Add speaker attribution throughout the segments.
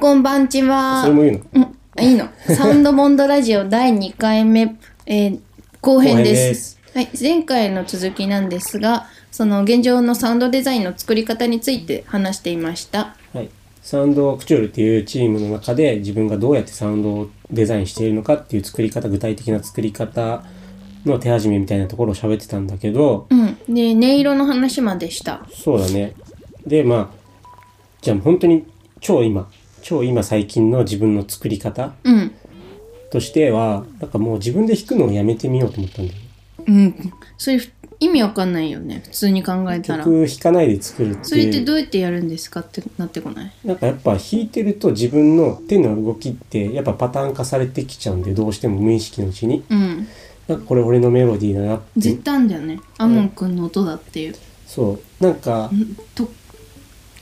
Speaker 1: こんばんちは。
Speaker 2: それもいいの
Speaker 1: うんいい の。サウンドモンドラジオ第2回目、えー後編
Speaker 2: 後編
Speaker 1: で
Speaker 2: ですす
Speaker 1: はい、前回の続きなんですが、その現状のサウンドデザインの作り方について話していました。
Speaker 2: はい、サウンドアクチュアルっていうチームの中で自分がどうやってサウンドをデザインしているのかっていう作り方具体的な作り方の手始めみたいなところを喋ってたんだけど
Speaker 1: うん。で、音色の話までした。
Speaker 2: そうだねでまあじゃあ本当に超今超今最近の自分の作り方
Speaker 1: うん。
Speaker 2: としてはなんかもう自分で弾くのをやめてみようと思ったんだよね
Speaker 1: うん。それ、意味わかんないよね。普通に考えたら。
Speaker 2: 曲弾かないで作るって
Speaker 1: それって
Speaker 2: いう
Speaker 1: どうやってやるんですかってなってこない
Speaker 2: なんかやっぱ弾いてると自分の手の動きってやっぱパターン化されてきちゃうんでどうしても無意識のうちに
Speaker 1: うん。
Speaker 2: なんかこれ俺のメロディーだなって
Speaker 1: 絶対あんだよね。アモン君の音だっていう。
Speaker 2: そうなんか
Speaker 1: と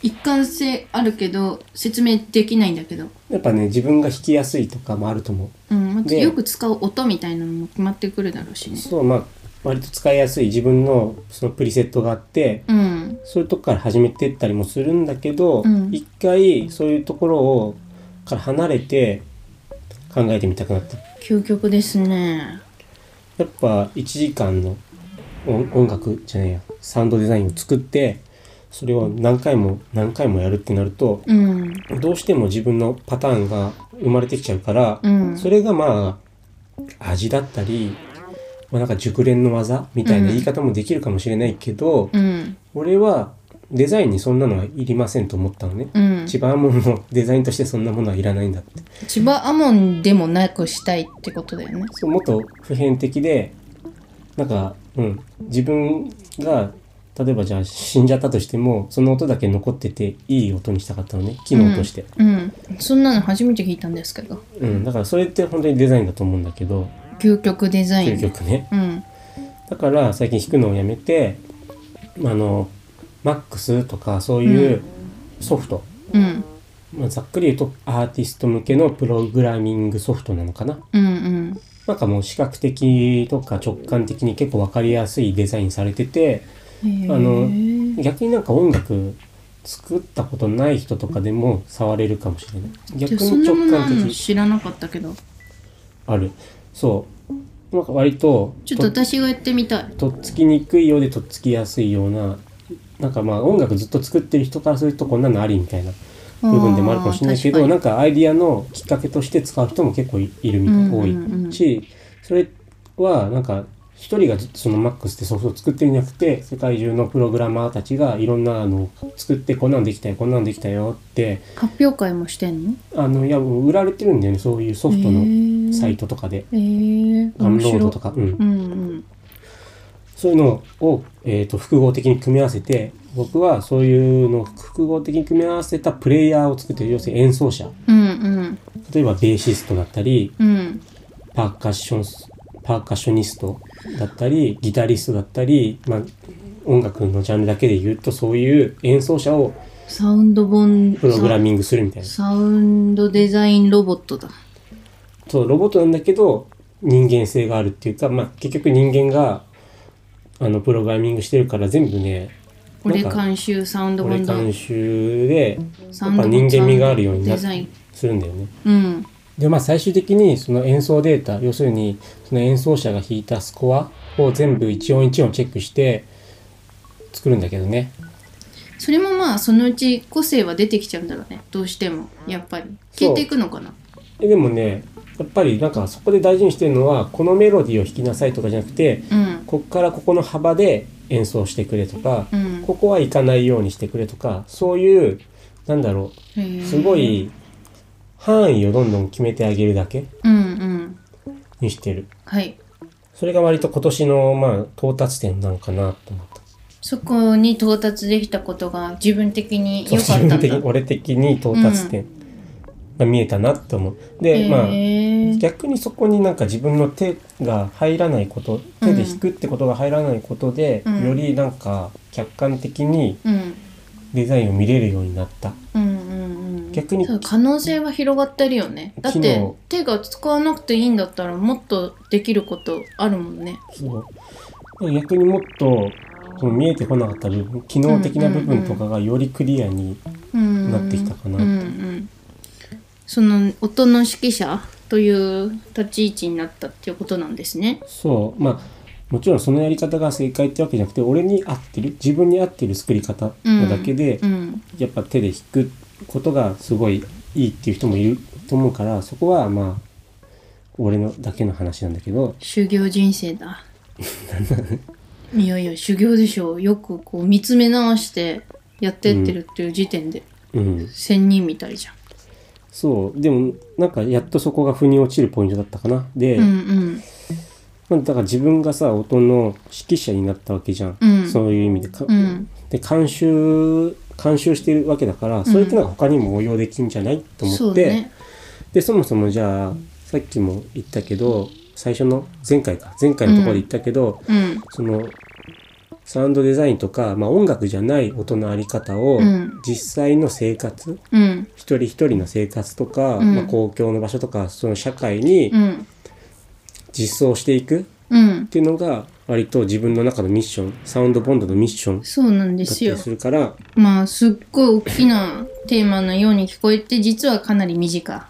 Speaker 1: 一貫性あるけど説明できないんだけど、
Speaker 2: やっぱね自分が弾きやすいとかもあると思
Speaker 1: うん、まず
Speaker 2: で
Speaker 1: よく使う音みたいなのも決まってくるだろうし
Speaker 2: う
Speaker 1: ね
Speaker 2: そうまあ割と使いやすい自分のそのプリセットがあって
Speaker 1: うん
Speaker 2: そういうとこから始めてったりもするんだけど、
Speaker 1: うん
Speaker 2: 一回そういうところをから離れて考えてみたくなった
Speaker 1: 究極ですね
Speaker 2: やっぱ1時間の音音楽じゃねえやサウンドデザインを作ってそれを何回も何回もやるってなると
Speaker 1: うん
Speaker 2: どうしても自分のパターンが生まれてきちゃうから、
Speaker 1: うん
Speaker 2: それがまあ味だったり、まあ、なんか熟練の技みたいな言い方もできるかもしれないけど、
Speaker 1: うん
Speaker 2: 俺はデザインにそんなのはいりませんと思ったのね。
Speaker 1: うん
Speaker 2: 千葉アモンのデザインとしてそんなものはいらないんだって。
Speaker 1: 千葉アモンでもなくしたいってことだよね
Speaker 2: そうもっと普遍的でなんか、うん、自分が例えばじゃあ死んじゃったとしてもその音だけ残ってていい音にしたかったのね機能として、
Speaker 1: うんそんなの初めて聞いたんですけど
Speaker 2: うんだからそれって本当にデザインだと思うんだけど
Speaker 1: 究極デザイン
Speaker 2: 究極ね
Speaker 1: うん
Speaker 2: だから最近弾くのをやめてあの MAX とかそういうソフト、
Speaker 1: うん
Speaker 2: まあ、ざっくり言うとアーティスト向けのプログラミングソフトなのかな
Speaker 1: うん
Speaker 2: なんかもう視覚的とか直感的に結構分かりやすいデザインされてて
Speaker 1: うんへえ
Speaker 2: あの逆になんか音楽作ったことない人とかでも触れるかもしれない逆
Speaker 1: でそん
Speaker 2: に
Speaker 1: なも
Speaker 2: 直
Speaker 1: のある
Speaker 2: 感
Speaker 1: の
Speaker 2: 的
Speaker 1: 知らなかったけど
Speaker 2: あるそうなんか割と
Speaker 1: ちょっと私がやってみたい
Speaker 2: とっつきにくいようでとっつきやすいようななんかまあ音楽ずっと作ってる人からするとこんなのありみたいな部分でもあるかもしれないけ
Speaker 1: あー確か
Speaker 2: ど
Speaker 1: に
Speaker 2: なんかアイディアのきっかけとして使う人も結構いるみたい、
Speaker 1: うんうんうん
Speaker 2: 多いしそれはなんか一人がずっとその MAX ってソフトを作ってるんじゃなくて世界中のプログラマーたちがいろんなのを作ってこんなんできたよこんなんできたよって
Speaker 1: 発表会もしてんの
Speaker 2: あのいや売られてるんだよねそういうソフトのサイトとかで。
Speaker 1: えー、
Speaker 2: ダウンロードと
Speaker 1: か
Speaker 2: か、うん
Speaker 1: うんうん
Speaker 2: そういうのを、えー、と複合的に組み合わせて僕はそういうのを複合的に組み合わせたプレイヤーを作ってる要するに演奏者
Speaker 1: うん
Speaker 2: 例えばベーシストだったり
Speaker 1: うんうん
Speaker 2: パーカッションスパーカッショニストだったりギタリストだったり、まあ、音楽のジャンルだけで言うとそういう演奏者を
Speaker 1: サウンド本
Speaker 2: プログラミングするみたいな
Speaker 1: サウンドデザインロボットだ
Speaker 2: そうロボットなんだけど人間性があるっていうか、まあ、結局人間があのプログラミングしてるから全部ね
Speaker 1: 俺
Speaker 2: なんか
Speaker 1: 監修サウンド
Speaker 2: 俺
Speaker 1: 本だ
Speaker 2: 監修で
Speaker 1: サ
Speaker 2: や
Speaker 1: ウ
Speaker 2: っ
Speaker 1: ンド
Speaker 2: ぱ
Speaker 1: 本
Speaker 2: 人間味があるようにな
Speaker 1: デザイン
Speaker 2: するんだよね。
Speaker 1: うん
Speaker 2: でまあ最終的にその演奏データ要するにその演奏者が弾いたスコアを全部一音一音チェックして作るんだけどね
Speaker 1: それもまあそのうち個性は出てきちゃうんだろうねどうしてもやっぱり消えていくのかな
Speaker 2: えでもねやっぱりなんかそこで大事にしてるのはこのメロディーを弾きなさいとかじゃなくて
Speaker 1: うん
Speaker 2: こっからここの幅で演奏してくれとか、
Speaker 1: うん
Speaker 2: ここは行かないようにしてくれとかそういうなんだろ
Speaker 1: へー
Speaker 2: うすごい範囲をどんどん決めてあげるだけ
Speaker 1: うんうん
Speaker 2: にしてる
Speaker 1: はい
Speaker 2: それが割と今年のまあ到達点なのかなと思った。
Speaker 1: そこに到達できたことが自分的に
Speaker 2: そう
Speaker 1: 良かったんだ
Speaker 2: 自分的に俺的に到達点が見えたなって思う、でまあ
Speaker 1: へー
Speaker 2: 逆にそこになんか自分の手が入らないこと手で弾くってことが入らないことで、
Speaker 1: うん
Speaker 2: よりなんか客観的に
Speaker 1: うん
Speaker 2: デザインを見れるようになった、
Speaker 1: うんうんうん
Speaker 2: 逆に
Speaker 1: そう可能性は広がってるよねだっ
Speaker 2: 機
Speaker 1: て
Speaker 2: 能
Speaker 1: 手が使わなくていいんだったらもっとできることあるもんね
Speaker 2: そう逆にもっとその見えてこなかった部分機能的な部分とかがよりクリアに
Speaker 1: うん
Speaker 2: なってきたかな
Speaker 1: う
Speaker 2: と
Speaker 1: んうんその音の指揮者という立ち位置になったっていうことなんですね。
Speaker 2: そうまあもちろんそのやり方が正解ってわけじゃなくて俺に合ってる自分に合ってる作り方なだけで、
Speaker 1: うん、
Speaker 2: やっぱ手で弾くことがすごいいいっていう人もいると思うからそこはまあ俺のだけの話なんだけど
Speaker 1: 修行人生 だ。いやいや修行でしょう。よくこう見つめ直してやってってるっていう時点で
Speaker 2: うん
Speaker 1: 仙人みたいじゃん。
Speaker 2: そうでもなんかやっとそこが腑に落ちるポイントだったかなで、
Speaker 1: うんうん
Speaker 2: まあ、だから自分がさ音の指揮者になったわけじゃん、
Speaker 1: うん
Speaker 2: そういう意味でか、
Speaker 1: うん
Speaker 2: で監修監修してるわけだから、それってなんか他にも応用できんじゃないと
Speaker 1: そ
Speaker 2: 思
Speaker 1: う
Speaker 2: って、
Speaker 1: ね。
Speaker 2: でそもそもじゃあさっきも言ったけど最初の前回か前回のところで言ったけど、
Speaker 1: うん
Speaker 2: そのサウンドデザインとか、まあ、音楽じゃない音のあり方を、
Speaker 1: うん
Speaker 2: 実際の生活
Speaker 1: うん
Speaker 2: 一人一人の生活とか、
Speaker 1: うん
Speaker 2: まあ、公共の場所とかその社会に
Speaker 1: うん
Speaker 2: 実装していくっ
Speaker 1: うん
Speaker 2: ていうのが割と自分の中のミッションサウンドボンドのミッションだっ
Speaker 1: そうなんで
Speaker 2: た
Speaker 1: す
Speaker 2: り
Speaker 1: よ。
Speaker 2: するから
Speaker 1: まあすっごい大きなテーマのように聞こえて実はかなり身近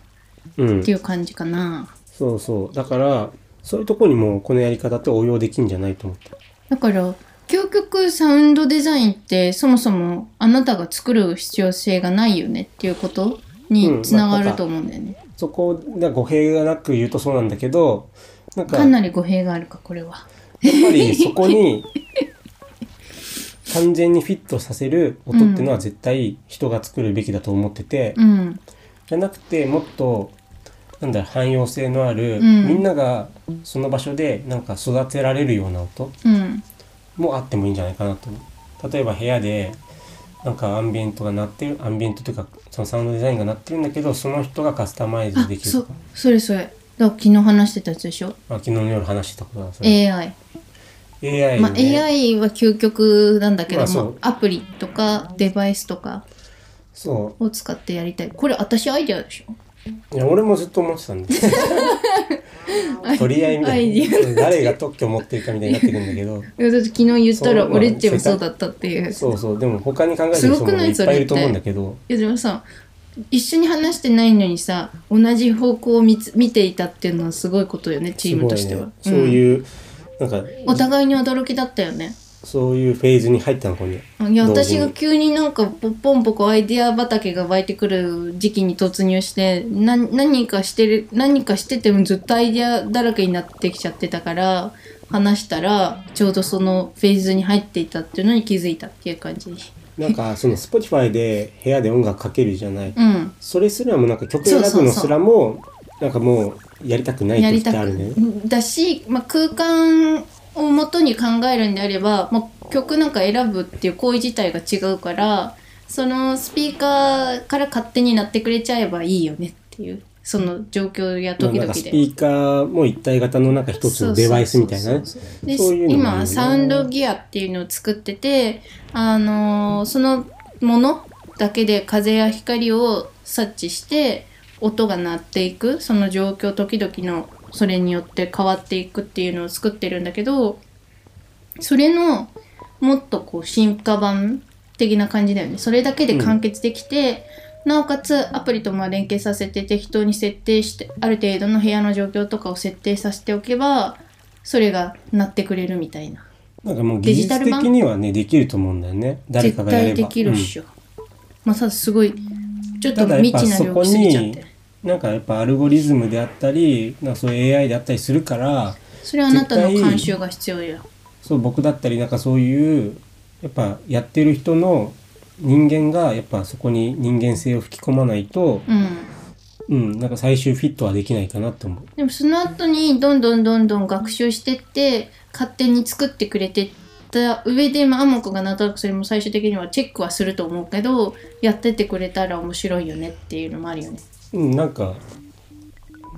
Speaker 2: う
Speaker 1: っ
Speaker 2: ん
Speaker 1: ていう感じかな。
Speaker 2: そうそうだからそういうところにもこのやり方って応用できんじゃないと思った
Speaker 1: だから究極サウンドデザインってそもそもあなたが作る必要性がないよねっていうことにつながると思うんだよね。
Speaker 2: そこで語弊がなく言うとそうなんだけどなんか
Speaker 1: かなり語弊があるかこれは。
Speaker 2: やっぱりそ こに完全にフィットさせる音ってのは絶対人が作るべきだと思ってて、
Speaker 1: うん
Speaker 2: じゃなくてもっとなんだろう汎用性のある、
Speaker 1: うん
Speaker 2: みんながその場所でなんか育てられるような音
Speaker 1: うん
Speaker 2: もあってもいいんじゃないかなと思う例えば部屋でなんかアンビエントが鳴ってるアンビエントというかそのサウンドデザインが鳴ってるんだけどその人がカスタマイズ
Speaker 1: あ
Speaker 2: できる
Speaker 1: そ
Speaker 2: と
Speaker 1: う
Speaker 2: か
Speaker 1: それそれ。だから昨日話してたやつでしょ
Speaker 2: あ昨日の夜話してたことだそれ
Speaker 1: AI。
Speaker 2: AI
Speaker 1: まあ、
Speaker 2: ね
Speaker 1: AI は究極なんだけど、ま
Speaker 2: まあ
Speaker 1: あ
Speaker 2: そう
Speaker 1: アプリとかデバイスとか
Speaker 2: そう
Speaker 1: を使ってやりたいこれ私アイデアでしょ
Speaker 2: いや俺もずっと思ってたんだ よ取り合いみた
Speaker 1: アイデ
Speaker 2: い
Speaker 1: ィ
Speaker 2: な誰が特許持ってるかみたいになってくるんだ けど
Speaker 1: いやだって昨日言ったら
Speaker 2: そう
Speaker 1: 俺っちもそうだったっていう
Speaker 2: そうそうでも他に考えてる人も
Speaker 1: すごくない
Speaker 2: いっぱいいると思うんだけど
Speaker 1: いやでもさ一緒に話してないのにさ同じ方向を見つ見ていたっていうのはすごいことよねチームとしては、
Speaker 2: すごいねそう
Speaker 1: うん
Speaker 2: いう、なんか
Speaker 1: お互いに驚きだったよね
Speaker 2: そういうフェーズに入ったのこに
Speaker 1: いや
Speaker 2: 同時
Speaker 1: 私
Speaker 2: に
Speaker 1: が急になんかポッポンポコアイデア畑が湧いてくる時期に突入してな何かしてる何かしててもずっとアイデアだらけになってきちゃってたから話したらちょうどそのフェーズに入っていたっていうのに気づいたっていう感じ
Speaker 2: なんかその Spotify で部屋で音楽かけるじゃない、
Speaker 1: うん
Speaker 2: それすらもなんか曲選ぶのすらもなんかもうやりたくない
Speaker 1: や
Speaker 2: 時
Speaker 1: り
Speaker 2: って
Speaker 1: た
Speaker 2: あるね
Speaker 1: くだし、まあ、空間をもとに考えるんであれば、まあ、曲なんか選ぶっていう行為自体が違うからそのスピーカーから勝手になってくれちゃえばいいよねっていうその状況や
Speaker 2: まあ
Speaker 1: 時
Speaker 2: なん
Speaker 1: 々
Speaker 2: かス
Speaker 1: で。
Speaker 2: ピーカーも一体型のなんか一つのデバイスみたいなね
Speaker 1: そうそうそうそう
Speaker 2: そういう
Speaker 1: で
Speaker 2: のもいいよね
Speaker 1: 今サウンドギアっていうのを作ってて、あのーそのものだけで風や光を察知して音が鳴っていくその状況時々のそれによって変わっていくっていうのを作ってるんだけどそれのもっとこう進化版的な感じだよねそれだけで完結できて、なおかつアプリとまあ連携させて適当に設定してある程度の部屋の状況とかを設定させておけばそれがなってくれるみたいな
Speaker 2: なんかもう技術的にはねできると思うんだよね誰か
Speaker 1: 絶
Speaker 2: がやれ
Speaker 1: 対
Speaker 2: ば
Speaker 1: できるっしょ、まあさすごいちょっと
Speaker 2: ただやっ
Speaker 1: 未
Speaker 2: ぱ
Speaker 1: 知な
Speaker 2: そ
Speaker 1: 領
Speaker 2: こ
Speaker 1: 域すぎちゃっ
Speaker 2: に
Speaker 1: て
Speaker 2: なんかやっぱアルゴリズムであったりなんかそういう AI であったりするから
Speaker 1: それはあなたの監修が必要よ
Speaker 2: そう僕だったりなんかそういうやっぱやってる人の人間がやっぱそこに人間性を吹き込まないと、
Speaker 1: うん
Speaker 2: うん、なんか最終フィットはできないかなと思う。
Speaker 1: でもその後にどんどんどんどん学習してって勝手に作ってくれてった上でまあアモコがなんとなくそれも最終的にはチェックはすると思うけどやってってくれたら面白いよねっていうのもあるよね
Speaker 2: うん、なんか、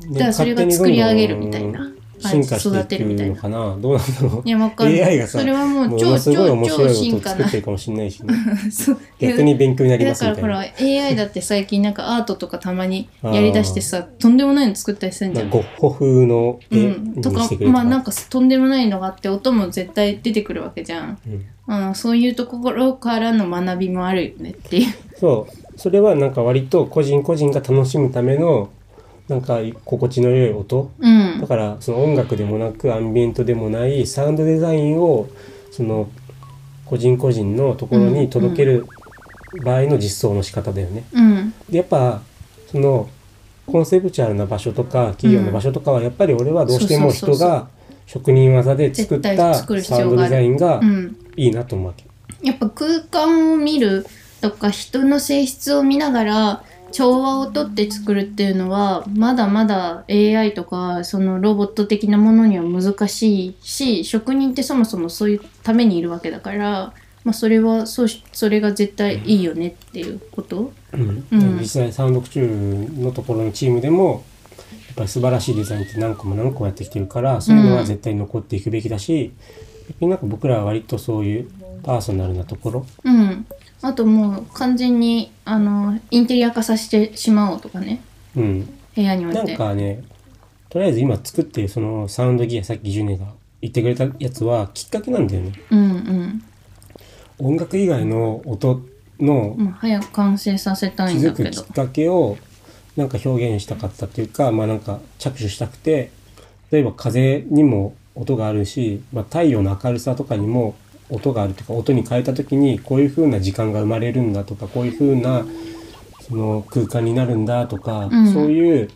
Speaker 2: ね
Speaker 1: だからそれが作り上げるみたいな。
Speaker 2: 進化していくのかなどうなんだ ろう
Speaker 1: いやわかんない
Speaker 2: AI がさ
Speaker 1: それはも
Speaker 2: も
Speaker 1: う
Speaker 2: の
Speaker 1: 超
Speaker 2: すごい
Speaker 1: 超
Speaker 2: 面白
Speaker 1: 超
Speaker 2: い音
Speaker 1: 進
Speaker 2: を
Speaker 1: 化
Speaker 2: 作
Speaker 1: な
Speaker 2: ってるかもしれないしね
Speaker 1: そう
Speaker 2: 逆に勉強になりま
Speaker 1: だ
Speaker 2: す
Speaker 1: か
Speaker 2: み
Speaker 1: ら
Speaker 2: た
Speaker 1: ほ
Speaker 2: いな
Speaker 1: ら AI だって最近なんかアートとかたま にやりだしてさとんでもないの作ったりするんじゃ
Speaker 2: なんんかゴッホ風の絵
Speaker 1: うん、
Speaker 2: に
Speaker 1: とか
Speaker 2: してくれる
Speaker 1: まあなんかとんでもないのがあって音も絶対出てくるわけじゃん、
Speaker 2: うん
Speaker 1: うん、そういうところからの学びもあるよねっていう
Speaker 2: そうそれはなんか割と個人個人が楽しむためのなんか心地の良い音
Speaker 1: う
Speaker 2: だ
Speaker 1: ん
Speaker 2: からその音楽でもなくアンビエントでもないサウンドデザインをその個人個人のところに届ける場合の実装の仕方だよね。
Speaker 1: うん
Speaker 2: でやっぱそのコンセプチュアルな場所とか企業の場所とかはやっぱり俺はどうしても
Speaker 1: そうそうそ
Speaker 2: 人
Speaker 1: うそう
Speaker 2: が職人技で作っ
Speaker 1: 絶
Speaker 2: た
Speaker 1: 対作る必
Speaker 2: サ
Speaker 1: 要がある
Speaker 2: ウンドデザインが
Speaker 1: うん
Speaker 2: いいなと思うわけ。
Speaker 1: やっぱ空間を見るとか人の性質を見ながら調和をとって作るっていうのはまだまだ AI とかそのロボット的なものには難しいし職人ってそもそもそういうためにいるわけだから、まあ、それはそうしそれが絶対いいよねっていうこと
Speaker 2: うん
Speaker 1: うん
Speaker 2: 実際サウンドクチュールのところのチームでもやっぱり素晴らしいデザインって何個も何個もやってきてるからそういうのは絶対残っていくべきだし、逆になんか僕らは割とそういうパーソナルなところ
Speaker 1: うんあともう完全にあのインテリア化させてしまおうとかね
Speaker 2: うん
Speaker 1: 部屋に置い
Speaker 2: な
Speaker 1: て
Speaker 2: んかねとりあえず今作ってるそのサウンドギアさっきジュネが言ってくれたやつはきっかけなんだよね
Speaker 1: うんうん
Speaker 2: 音楽以外の音の
Speaker 1: もう早く完成させたい
Speaker 2: 気
Speaker 1: んだ
Speaker 2: づ
Speaker 1: け
Speaker 2: く
Speaker 1: ど
Speaker 2: きっかけをなんか表現したかったっていうか、まあなんか着手したくて、例えば風にも音があるし、まあ太陽の明るさとかにも音があるとか、音に変えた時にこういう風な時間が生まれるんだとか、こういう風なその空間になるんだとか、
Speaker 1: うん
Speaker 2: そういう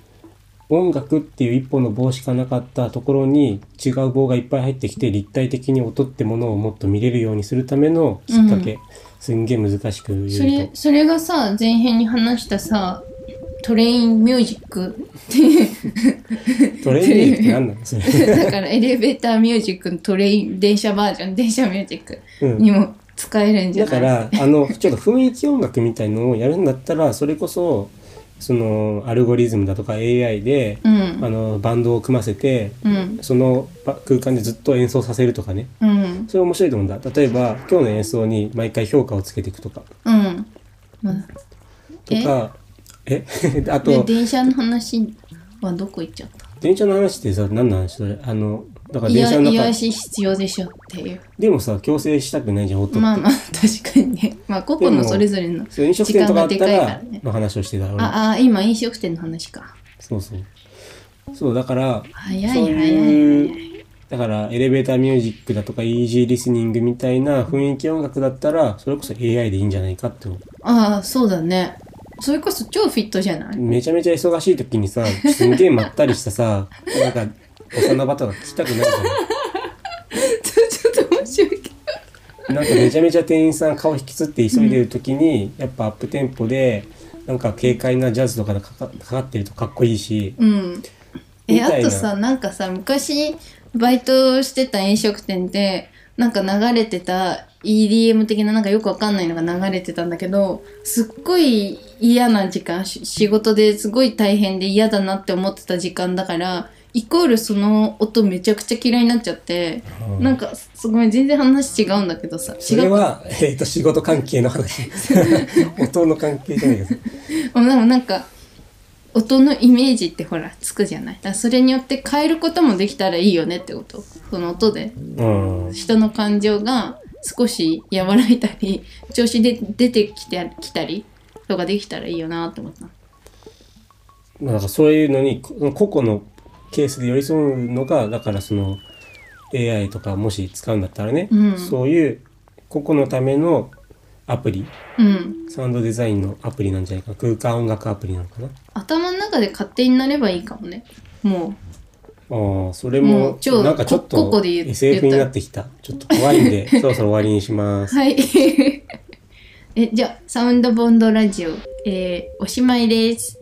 Speaker 2: 音楽っていう一本の棒しかなかったところに違う棒がいっぱい入ってきて立体的に音ってものをもっと見れるようにするためのきっかけ。すんげえ難しく言うと。
Speaker 1: それそれがさ前編に話したさトレインミュージックっていう
Speaker 2: トレーニングって何なのそれ。
Speaker 1: だからエレベーターミュージックのトレイン電車バージョン電車ミュージック
Speaker 2: うん
Speaker 1: にも使えるんじゃ
Speaker 2: だ
Speaker 1: な
Speaker 2: か
Speaker 1: い、
Speaker 2: ら、あの、ちょっと雰囲気音楽みたいのをやるんだったら、それこそ、その、アルゴリズムだとか AI で、
Speaker 1: うん
Speaker 2: あの、バンドを組ませて、
Speaker 1: うん
Speaker 2: そのば空間でずっと演奏させるとかね。
Speaker 1: うん
Speaker 2: それ面白いと思うんだ。例えば、今日の演奏に毎回評価をつけていくとか。
Speaker 1: うんまあ
Speaker 2: とか、え
Speaker 1: で
Speaker 2: あと、
Speaker 1: 電車の話はどこ行っちゃった
Speaker 2: 電車の話ってさ、何の話それあの、だから
Speaker 1: い
Speaker 2: 電
Speaker 1: や
Speaker 2: 車の
Speaker 1: 癒や
Speaker 2: 中、
Speaker 1: し必要でしょっていう
Speaker 2: でもさ、強制したくないじゃん、音って。
Speaker 1: まあまあ確かにねまあ個々のそれぞれの
Speaker 2: そう飲食店とかあっ
Speaker 1: 時
Speaker 2: た
Speaker 1: 間がでかいかららね、
Speaker 2: の話をしてた。俺
Speaker 1: ああ今飲食店の話か
Speaker 2: そうそう。そう、だから、
Speaker 1: 早い
Speaker 2: そう
Speaker 1: 早い早い
Speaker 2: いう、だからエレベーターミュージックだとか、イージーリスニングみたいな雰囲気音楽だったら、それこそ AI でいいんじゃないかって思う。
Speaker 1: ああそうだねそれこそ超フィットじゃない
Speaker 2: めちゃめちゃ忙しい時にさ、すんげえまったりしたさ、 なんか、お花場とか聞きたくないじ
Speaker 1: ちょっと面白いけど。
Speaker 2: ゃん。なんかめちゃめちゃ店員さん顔引きつって急いでる時に、やっぱアップテンポで、なんか軽快なジャズとかがかかかかってるとかっこいいし、
Speaker 1: うん。
Speaker 2: み
Speaker 1: え、
Speaker 2: たいな
Speaker 1: あとさ、なんかさ、昔、バイトしてた飲食店で、なんか流れてた EDM 的ななんかよくわかんないのが流れてたんだけど、すっごい嫌な時間、し仕事ですごい大変で嫌だなって思ってた時間だから、イコールその音めちゃくちゃ嫌いになっちゃって、
Speaker 2: うん
Speaker 1: なんか、すごい全然話違うんだけどさ、
Speaker 2: そ
Speaker 1: 違
Speaker 2: れ
Speaker 1: うか
Speaker 2: は、えっ、と、仕事関係 の話。音の関係じゃないけど。
Speaker 1: うんでもなんか音のイメージってほらつくじゃないだからそれによって変えることもできたらいいよねってことその音で
Speaker 2: うん。
Speaker 1: 人の感情が少し和らいだり調子で出てきてきたりとかできたらいいよなって思った
Speaker 2: まあだからそういうのにこ個々のケースで寄り添うのがだからその AI とかもし使うんだったらね、
Speaker 1: うん
Speaker 2: そういう個々のためのアプリ
Speaker 1: うん
Speaker 2: サウンドデザインのアプリなんじゃないか空間音楽アプリなのかな
Speaker 1: 頭の中で勝手になればいいかもねも
Speaker 2: ああそれ
Speaker 1: も
Speaker 2: も
Speaker 1: う超
Speaker 2: なんかちょっ
Speaker 1: ことことで言う
Speaker 2: SF になってきたちょっと怖いん でそろそろ終わりにしま
Speaker 1: う
Speaker 2: す
Speaker 1: はい えじゃあサウンドボンドラジオ、えーおしまいです